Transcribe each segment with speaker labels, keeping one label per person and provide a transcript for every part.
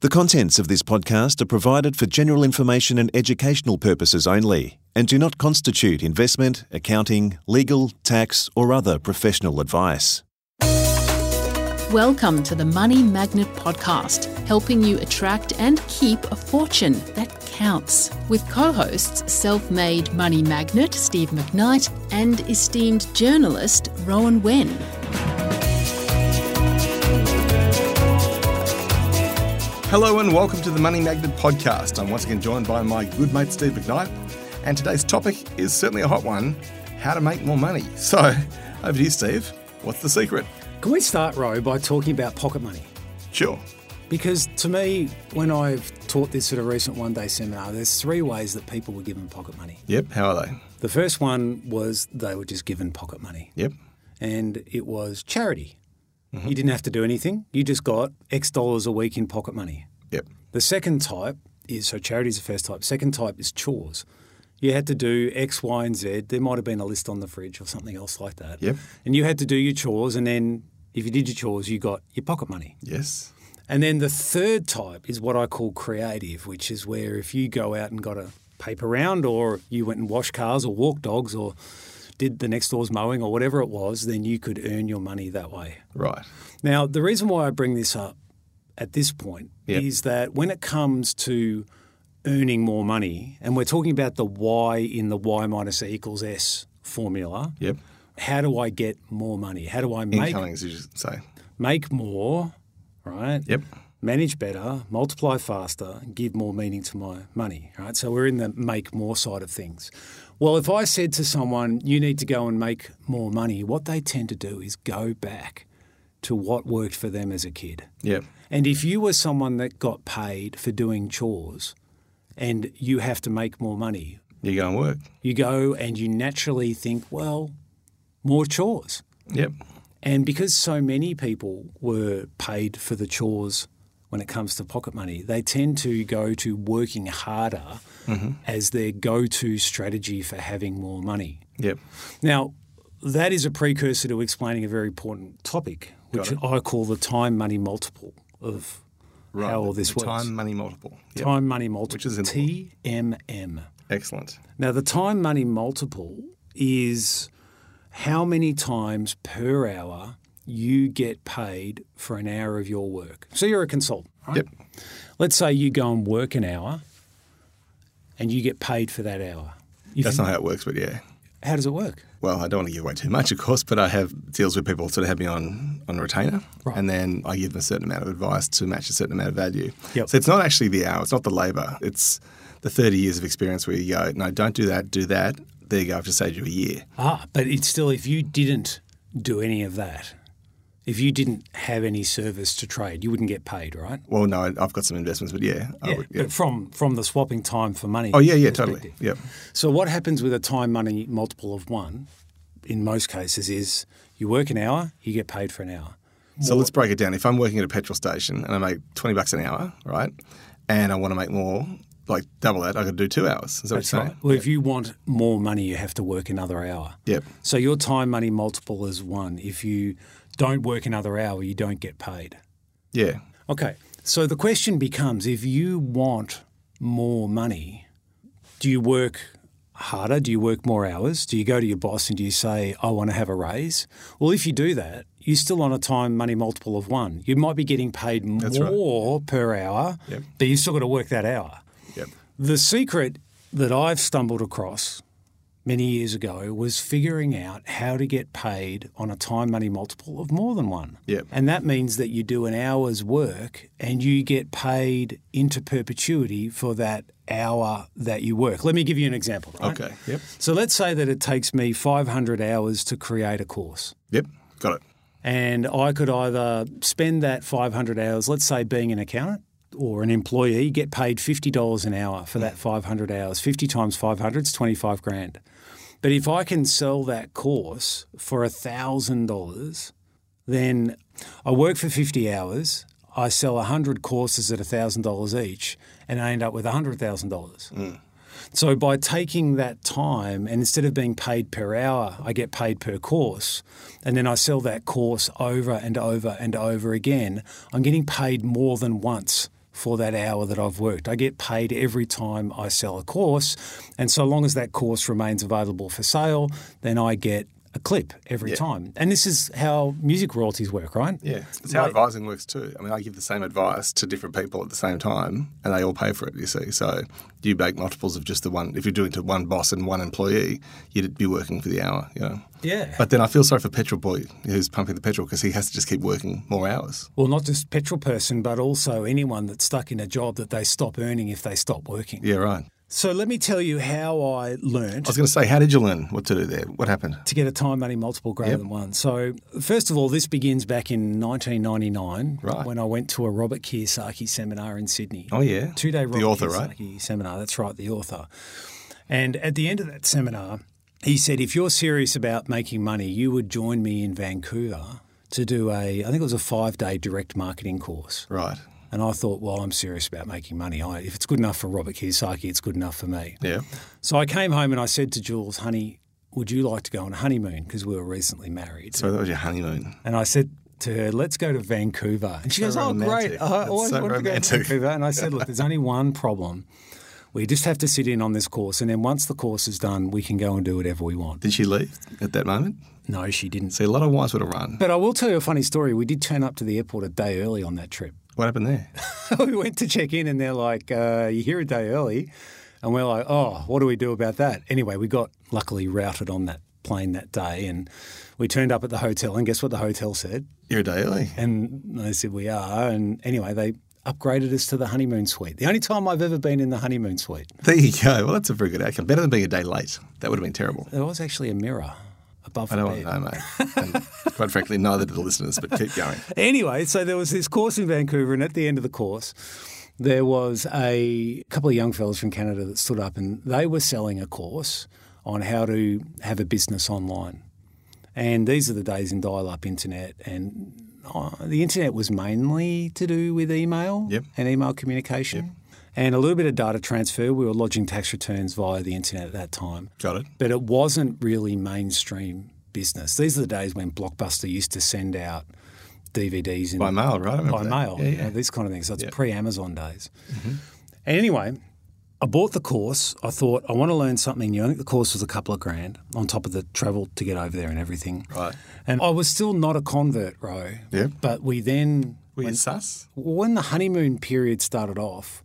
Speaker 1: The contents of this podcast are provided for general information and educational purposes only and do not constitute investment, accounting, legal, tax, or other professional advice.
Speaker 2: Welcome to the Money Magnet Podcast, helping you attract and keep a fortune that counts. With co hosts self made money magnet Steve McKnight and esteemed journalist Rowan Wen.
Speaker 3: Hello and welcome to the Money Magnet Podcast. I'm once again joined by my good mate Steve McKnight, and today's topic is certainly a hot one how to make more money. So, over to you, Steve. What's the secret?
Speaker 4: Can we start, Ro, by talking about pocket money?
Speaker 3: Sure.
Speaker 4: Because to me, when I've taught this at a recent one day seminar, there's three ways that people were given pocket money.
Speaker 3: Yep. How are they?
Speaker 4: The first one was they were just given pocket money,
Speaker 3: Yep.
Speaker 4: and it was charity. You didn't have to do anything, you just got X dollars a week in pocket money.
Speaker 3: Yep.
Speaker 4: The second type is so charity is the first type. Second type is chores. You had to do X, Y, and Z. There might have been a list on the fridge or something else like that.
Speaker 3: Yep.
Speaker 4: And you had to do your chores, and then if you did your chores, you got your pocket money.
Speaker 3: Yes.
Speaker 4: And then the third type is what I call creative, which is where if you go out and got a paper round, or you went and washed cars, or walked dogs, or did the next door's mowing, or whatever it was, then you could earn your money that way.
Speaker 3: Right.
Speaker 4: Now, the reason why I bring this up at this point
Speaker 3: Yep.
Speaker 4: is that when it comes to earning more money, and we're talking about the Y in the Y minus E equals S formula,
Speaker 3: Yep.
Speaker 4: how do I get more money? How do I make,
Speaker 3: Incoming, as you just say.
Speaker 4: make more, right?
Speaker 3: Yep.
Speaker 4: Manage better, multiply faster, give more meaning to my money, right? So we're in the make more side of things. Well, if I said to someone, you need to go and make more money, what they tend to do is go back to what worked for them as a kid.
Speaker 3: Yep.
Speaker 4: And if you were someone that got paid for doing chores and you have to make more money,
Speaker 3: You go and work.
Speaker 4: you go and you naturally think, well, more chores.
Speaker 3: Yep.
Speaker 4: And because so many people were paid for the chores when it comes to pocket money, they tend to go to working harder
Speaker 3: Mm-hmm.
Speaker 4: as their go to strategy for having more money.
Speaker 3: Yep.
Speaker 4: Now, that is a precursor to explaining a very important topic, which I call the time money multiple of how all this
Speaker 3: The
Speaker 4: works.
Speaker 3: Time, money, multiple. Yep.
Speaker 4: Time money multiple,
Speaker 3: Which is in the
Speaker 4: TMM.
Speaker 3: Excellent.
Speaker 4: Now, the time money multiple is how many times per hour you get paid for an hour of your work. So you're a consultant, right?
Speaker 3: Yep.
Speaker 4: Let's say you go and work an hour and you get paid for that hour. You
Speaker 3: That's
Speaker 4: think,
Speaker 3: not how it works, but yeah.
Speaker 4: how does it work?
Speaker 3: well, I don't want to give away too much, of course, but I have deals with people sort of have me on on retainer,
Speaker 4: Right.
Speaker 3: and then I give them a certain amount of advice to match a certain amount of value.
Speaker 4: Yep.
Speaker 3: So it's not actually the hour, it's not the labour, it's the thirty years of experience where you go, no, don't do that, do that. There you go, I've just saved you a year.
Speaker 4: Ah, but it's still, if you didn't do any of that, if you didn't have any service to trade, you wouldn't get paid, right?
Speaker 3: Well, no, I- I've got some investments, but yeah, I would, yeah.
Speaker 4: But from, from the swapping time for money.
Speaker 3: oh yeah, yeah, totally, yeah,
Speaker 4: So what happens with a time money multiple of one, in most cases, is you work an hour, you get paid for an hour.
Speaker 3: So let's break it down. If I'm working at a petrol station and I make twenty bucks an hour, right, and I want to make more, like double that, I could do two hours. Is that what you're saying?
Speaker 4: Well, if you want more money, you have to work another hour.
Speaker 3: Yep.
Speaker 4: So your time money multiple is one. If you don't work another hour, you don't get paid.
Speaker 3: Yeah,
Speaker 4: Okay. So the question becomes if you want more money, do you work harder? Do you work more hours? Do you go to your boss and do you say, I want to have a raise? Well, if you do that, you're still on a time money multiple of one. You might be getting paid
Speaker 3: right.
Speaker 4: more per hour,
Speaker 3: Yep.
Speaker 4: but you've still got to work that hour.
Speaker 3: yep,
Speaker 4: The secret that I've stumbled across many years ago was figuring out how to get paid on a time money multiple of more than one.
Speaker 3: Yep.
Speaker 4: And that means that you do an hour's work and you get paid into perpetuity for that hour that you work. Let me give you an example. right?
Speaker 3: okay, yep,
Speaker 4: So let's say that it takes me 500 hours to create a course.
Speaker 3: yep, got it.
Speaker 4: And I could either spend that 500 hours, let's say being an accountant or an employee, get paid $50 an hour for that 500 hours. 50 times 500 is 25 grand. But if I can sell that course for $1,000, then I work for 50 hours, I sell 100 courses at $1,000 each, and I end up with $100,000. So by taking that time, and instead of being paid per hour, I get paid per course, and then I sell that course over and over and over again, I'm getting paid more than once for that hour that I've worked. I get paid every time I sell a course. And so long as that course remains available for sale, then I get a clip every time. And this is how music royalties work, right?
Speaker 3: Yeah, it's how advising works too. I mean, I give the same advice to different people at the same time, and they all pay for it. You see, so you make multiples of just the one. If you're doing it to one boss and one employee, you'd be working for the hour. You know.
Speaker 4: Yeah.
Speaker 3: But then I feel sorry for petrol boy who's pumping the petrol because he has to just keep working more hours.
Speaker 4: Well, not just petrol person, but also anyone that's stuck in a job that they stop earning if they stop working.
Speaker 3: Yeah, right.
Speaker 4: So let me tell you how I learnt
Speaker 3: I was going to say, how did you learn what to do there? What happened?
Speaker 4: to get a time money multiple greater than one. So, first of all, this begins back in 1999
Speaker 3: Right.
Speaker 4: when I went to a Robert Kiyosaki seminar in Sydney.
Speaker 3: Oh yeah,
Speaker 4: Two day Robert
Speaker 3: the author, right?
Speaker 4: Kiyosaki seminar. That's right, the author. And at the end of that seminar, he said, if you're serious about making money, you would join me in Vancouver to do a, I think it was a five day direct marketing course.
Speaker 3: Right.
Speaker 4: And I thought, well, I'm serious about making money. I, if it's good enough for Robert Kiyosaki, it's good enough for me.
Speaker 3: Yeah.
Speaker 4: So I came home and I said to Jules, honey, would you like to go on a honeymoon? Because we were recently married.
Speaker 3: So that was your honeymoon.
Speaker 4: And I said to her, let's go to Vancouver. And she
Speaker 3: so
Speaker 4: goes, oh,
Speaker 3: romantic.
Speaker 4: great. I
Speaker 3: That's
Speaker 4: always
Speaker 3: so
Speaker 4: wanted to
Speaker 3: romantic.
Speaker 4: go to Vancouver. And I said, look, there's only one problem. We just have to sit in on this course. And then once the course is done, we can go and do whatever we want.
Speaker 3: Did she leave at that moment?
Speaker 4: No, she didn't.
Speaker 3: See, a lot of wives would have run.
Speaker 4: But I will tell you a funny story. We did turn up to the airport a day early on that trip.
Speaker 3: What happened there?
Speaker 4: we went to check in and they're like, uh, you're here a day early. And we're like, oh, what do we do about that? Anyway, we got luckily routed on that plane that day and we turned up at the hotel. And guess what the hotel said?
Speaker 3: You're a day early.
Speaker 4: And they said, we are. And anyway, they upgraded us to the honeymoon suite. The only time I've ever been in the honeymoon suite.
Speaker 3: There you go. Well, that's a very good outcome. Better than being a day late. That would have been terrible.
Speaker 4: There was actually a mirror above
Speaker 3: I
Speaker 4: the
Speaker 3: don't
Speaker 4: bed.
Speaker 3: want to know, mate. And quite frankly, neither do the listeners, but keep going.
Speaker 4: Anyway, so there was this course in Vancouver, and at the end of the course, there was a couple of young fellas from Canada that stood up and they were selling a course on how to have a business online. And these are the days in dial up internet, and uh, the internet was mainly to do with email
Speaker 3: Yep.
Speaker 4: and email communication. And a little bit of data transfer. We were lodging tax returns via the internet at that time
Speaker 3: Got it.
Speaker 4: but it wasn't really mainstream business. These are the days when Blockbuster used to send out DVDs in,
Speaker 3: By mail, right? I remember
Speaker 4: by
Speaker 3: that.
Speaker 4: mail,
Speaker 3: Yeah,
Speaker 4: you know,
Speaker 3: yeah. Mm-hmm.
Speaker 4: these kind of things. So it's pre Amazon days. And anyway, I bought the course. I thought I want to learn something new. I think the course was a couple of grand on top of the travel to get over there and everything.
Speaker 3: Right.
Speaker 4: And I was still not a convert, Ro.
Speaker 3: Yeah.
Speaker 4: But we then
Speaker 3: Were you sus?
Speaker 4: when the honeymoon period started off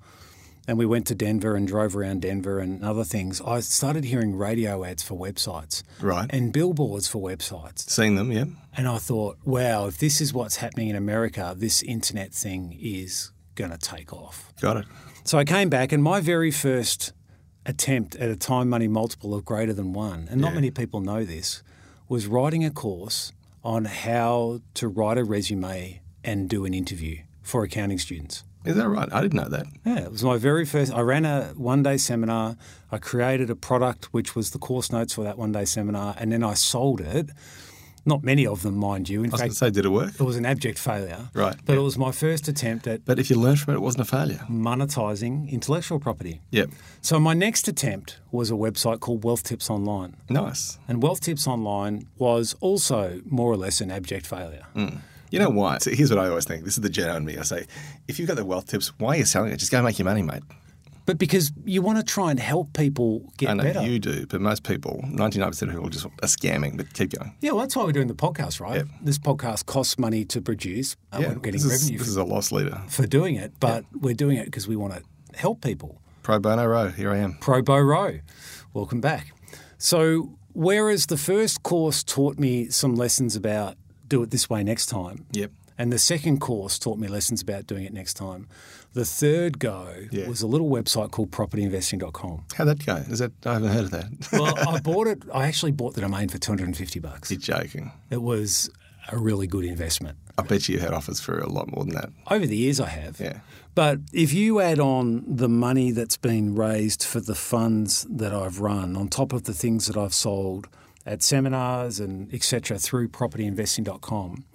Speaker 4: and we went to Denver and drove around Denver and other things, I started hearing radio ads for websites.
Speaker 3: Right.
Speaker 4: And billboards for websites.
Speaker 3: Seeing them, yeah.
Speaker 4: And I thought, wow, if this is what's happening in America, this internet thing is going to take off.
Speaker 3: Got it.
Speaker 4: So I came back, and my very first attempt at a time money multiple of greater than one, and not many people know this, was writing a course on how to write a resume and do an interview for accounting students.
Speaker 3: Is that right? I didn't know that.
Speaker 4: Yeah, it was my very first. I ran a one day seminar. I created a product which was the course notes for that one day seminar, and then I sold it. Not many of them, mind you. In
Speaker 3: I was going to
Speaker 4: fact,
Speaker 3: say, did it work?
Speaker 4: it was an abject failure.
Speaker 3: Right,
Speaker 4: But
Speaker 3: yeah.
Speaker 4: it was my first attempt at
Speaker 3: But if you learned from it, it wasn't a failure.
Speaker 4: monetizing intellectual property.
Speaker 3: Yep.
Speaker 4: So my next attempt was a website called Wealth Tips Online,
Speaker 3: Nice.
Speaker 4: and Wealth Tips Online was also more or less an abject failure.
Speaker 3: Mm. You know why? So here's what I always think. This is the Jedi in me. I say, if you've got the wealth tips, why are you selling it? Just go make your money, mate.
Speaker 4: But because you want to try and help people get
Speaker 3: I know
Speaker 4: better.
Speaker 3: you do, but most people, 99% of people just are scamming, but keep going.
Speaker 4: yeah, well, that's why we're doing the podcast, right?
Speaker 3: Yep.
Speaker 4: This podcast costs money to produce. and we're not getting
Speaker 3: this, is,
Speaker 4: revenue
Speaker 3: this
Speaker 4: for,
Speaker 3: is a loss leader.
Speaker 4: for doing it, but we're doing it because we want to help people.
Speaker 3: Pro bono row, here I am.
Speaker 4: Pro Bow Row. Welcome back. So, whereas the first course taught me some lessons about do it this way next time.
Speaker 3: Yep.
Speaker 4: And the second course taught me lessons about doing it next time. The third go
Speaker 3: Yeah.
Speaker 4: was a little website called propertyinvesting.com.
Speaker 3: How'd that go? Is that I haven't heard of that.
Speaker 4: Well, I bought it. I actually bought the domain for 250 bucks.
Speaker 3: You're joking.
Speaker 4: It was a really good investment.
Speaker 3: I bet you had offers for a lot more than that.
Speaker 4: Over the years, I have.
Speaker 3: Yeah.
Speaker 4: But if you add on the money that's been raised for the funds that I've run, on top of the things that I've sold at seminars and etc. through propertyinvesting.com,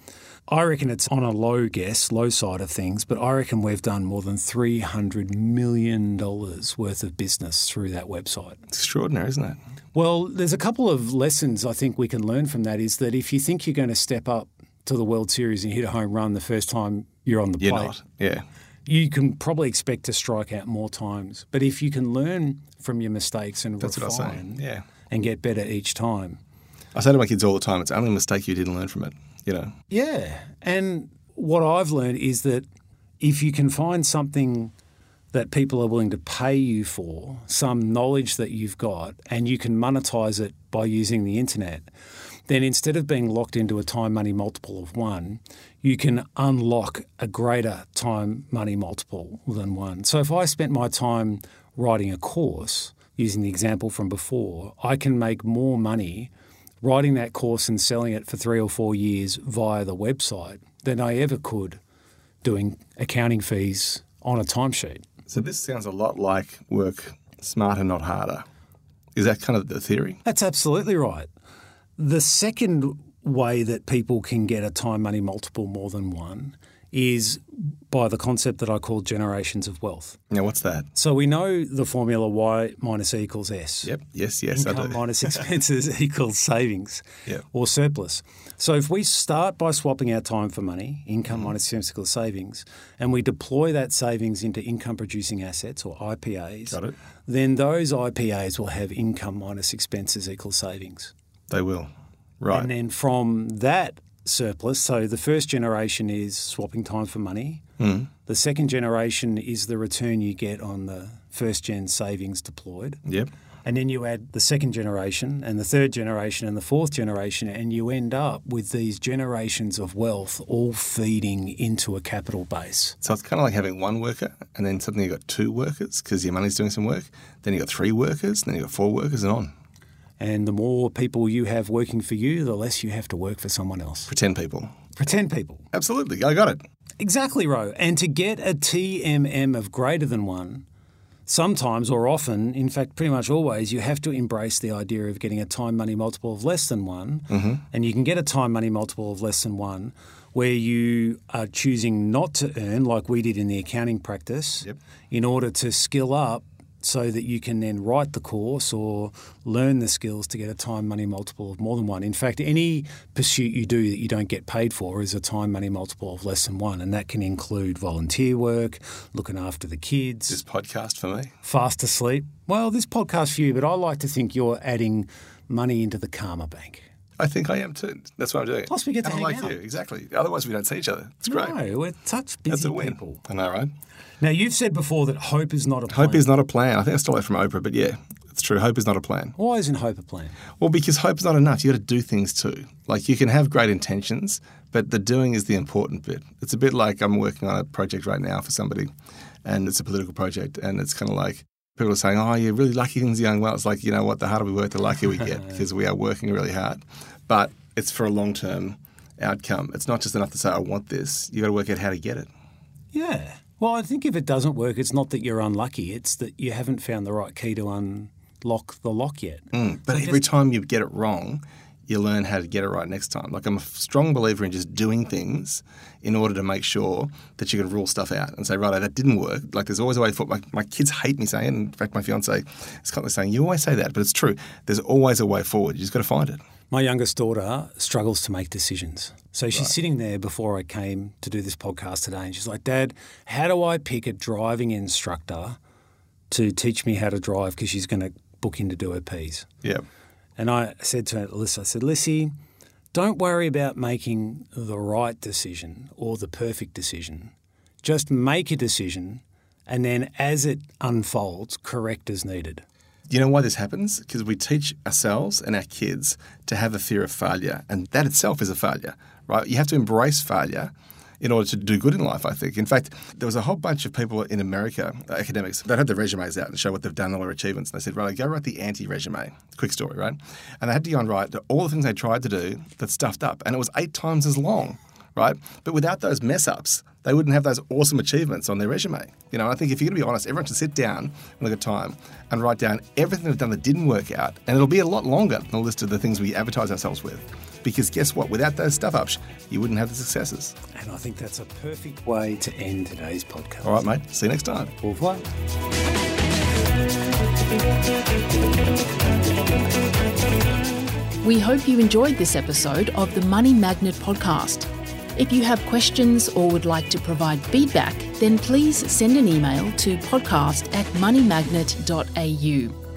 Speaker 4: I reckon it's on a low guess, low side of things, but I reckon we've done more than $300 million worth of business through that website.
Speaker 3: It's extraordinary, isn't it?
Speaker 4: Well, there's a couple of lessons I think we can learn from that is that if you think you're going to step up to the World Series and hit a home run the first time you're on the
Speaker 3: You're
Speaker 4: plate,
Speaker 3: not. Yeah.
Speaker 4: you can probably expect to strike out more times. But if you can learn from your mistakes and
Speaker 3: That's what I was saying,
Speaker 4: refine
Speaker 3: yeah.
Speaker 4: and get better each time,
Speaker 3: I say to my kids all the time, it's only a mistake you didn't learn from it. You know,
Speaker 4: Yeah. And what I've learned is that if you can find something that people are willing to pay you for, some knowledge that you've got, and you can monetize it by using the internet, then instead of being locked into a time money multiple of one, you can unlock a greater time money multiple than one. So if I spent my time writing a course, using the example from before, I can make more money writing that course and selling it for three or four years via the website than I ever could doing accounting fees on a timesheet.
Speaker 3: so this sounds a lot like work smarter, not harder. Is that kind of the theory?
Speaker 4: That's absolutely right. The second way that people can get a time money multiple more than one is by the concept that I call generations of wealth.
Speaker 3: Now, what's that?
Speaker 4: So we know the formula Y minus E equals S.
Speaker 3: Yep. Yes. Yes. I
Speaker 4: income
Speaker 3: do.
Speaker 4: minus expenses equals savings
Speaker 3: Yeah.
Speaker 4: or surplus. So if we start by swapping our time for money,
Speaker 3: Mm-hmm.
Speaker 4: income minus expenses equals savings, and we deploy that savings into income producing assets or IPAs,
Speaker 3: Got it.
Speaker 4: then those IPAs will have income minus expenses equals savings.
Speaker 3: They will. Right.
Speaker 4: And then from that surplus, so the first generation is swapping time for money. The second generation is the return you get on the first gen savings deployed.
Speaker 3: yep.
Speaker 4: And then you add the second generation and the third generation and the fourth generation, and you end up with these generations of wealth all feeding into a capital base.
Speaker 3: So it's kind of like having one worker, and then suddenly you got two workers because your money's doing some work. Then you got three workers, and then you got four workers, and on.
Speaker 4: And the more people you have working for you, the less you have to work for someone else.
Speaker 3: Pretend people.
Speaker 4: Pretend people.
Speaker 3: Absolutely, I got it.
Speaker 4: Exactly, Ro. And to get a TMM of greater than one, sometimes or often, in fact, pretty much always, you have to embrace the idea of getting a time money multiple of less than one. And you can get a time money multiple of less than one where you are choosing not to earn, like we did in the accounting practice,
Speaker 3: Yep.
Speaker 4: in order to skill up so that you can then write the course or learn the skills to get a time money multiple of more than one. In fact, any pursuit you do that you don't get paid for is a time money multiple of less than one, and that can include volunteer work, looking after the kids,
Speaker 3: This podcast for me.
Speaker 4: fast asleep. Well, this podcast for you, but I like to think you're adding money into the karma bank.
Speaker 3: I think I am too. That's why I'm doing it.
Speaker 4: Plus we get to
Speaker 3: And I
Speaker 4: hang
Speaker 3: like
Speaker 4: out.
Speaker 3: you exactly. Otherwise, we don't see each other. It's great.
Speaker 4: No, we're such busy
Speaker 3: That's a win.
Speaker 4: people.
Speaker 3: I know, right?
Speaker 4: Now, you've said before that hope is not a plan.
Speaker 3: Hope is not a plan. I think I stole that from Oprah, but yeah, it's true. Hope is not a plan.
Speaker 4: Why isn't hope a plan?
Speaker 3: Well, because hope's not enough. You got to do things too. Like you can have great intentions, but the doing is the important bit. It's a bit like I'm working on a project right now for somebody, and it's a political project, and it's kind of like people are saying, "Oh, you're really lucky things are going well." It's like you know what? The harder we work, the luckier we get because we are working really hard. But it's for a long term outcome. It's not just enough to say, "I want this." You got to work out how to get it.
Speaker 4: Yeah. Well, I think if it doesn't work, it's not that you're unlucky, it's that you haven't found the right key to unlock the lock yet.
Speaker 3: But every time you get it wrong, you learn how to get it right next time. Like I'm a strong believer in just doing things in order to make sure that you can rule stuff out and say, right, that didn't work. Like there's always a way forward. My, my kids hate me saying, it. in fact, my fiance is constantly saying, you always say that, but it's true. There's always a way forward. You just got to find it.
Speaker 4: My youngest daughter struggles to make decisions. So she's sitting there before I came to do this podcast today, and she's like, Dad, how do I pick a driving instructor to teach me how to drive? Because she's going to book in to do her P's.
Speaker 3: Yeah.
Speaker 4: And I said to Alyssa, I said, Lissy, don't worry about making the right decision or the perfect decision. Just make a decision and then as it unfolds, correct as needed.
Speaker 3: You know why this happens? Because we teach ourselves and our kids to have a fear of failure, and that itself is a failure, right? You have to embrace failure in order to do good in life, I think. In fact, there was a whole bunch of people in America, uh, academics, that had their resumes out and show what they've done, all their achievements. And they said, right, go write the anti resume. Quick story, right? And they had to go and write all the things they tried to do that stuffed up, and it was eight times as long right? But without those mess ups, they wouldn't have those awesome achievements on their resume. You know, I think if you're going to be honest, everyone should sit down when they've got time and write down everything they've done that didn't work out. And it'll be a lot longer than the list of the things we advertise ourselves with. Because guess what? Without those stuff ups, you wouldn't have the successes.
Speaker 4: And I think that's a perfect way to end today's podcast.
Speaker 3: All right, mate. See you next time.
Speaker 4: Au revoir.
Speaker 2: We hope you enjoyed this episode of the Money Magnet Podcast. If you have questions or would like to provide feedback, then please send an email to podcast at moneymagnet.au.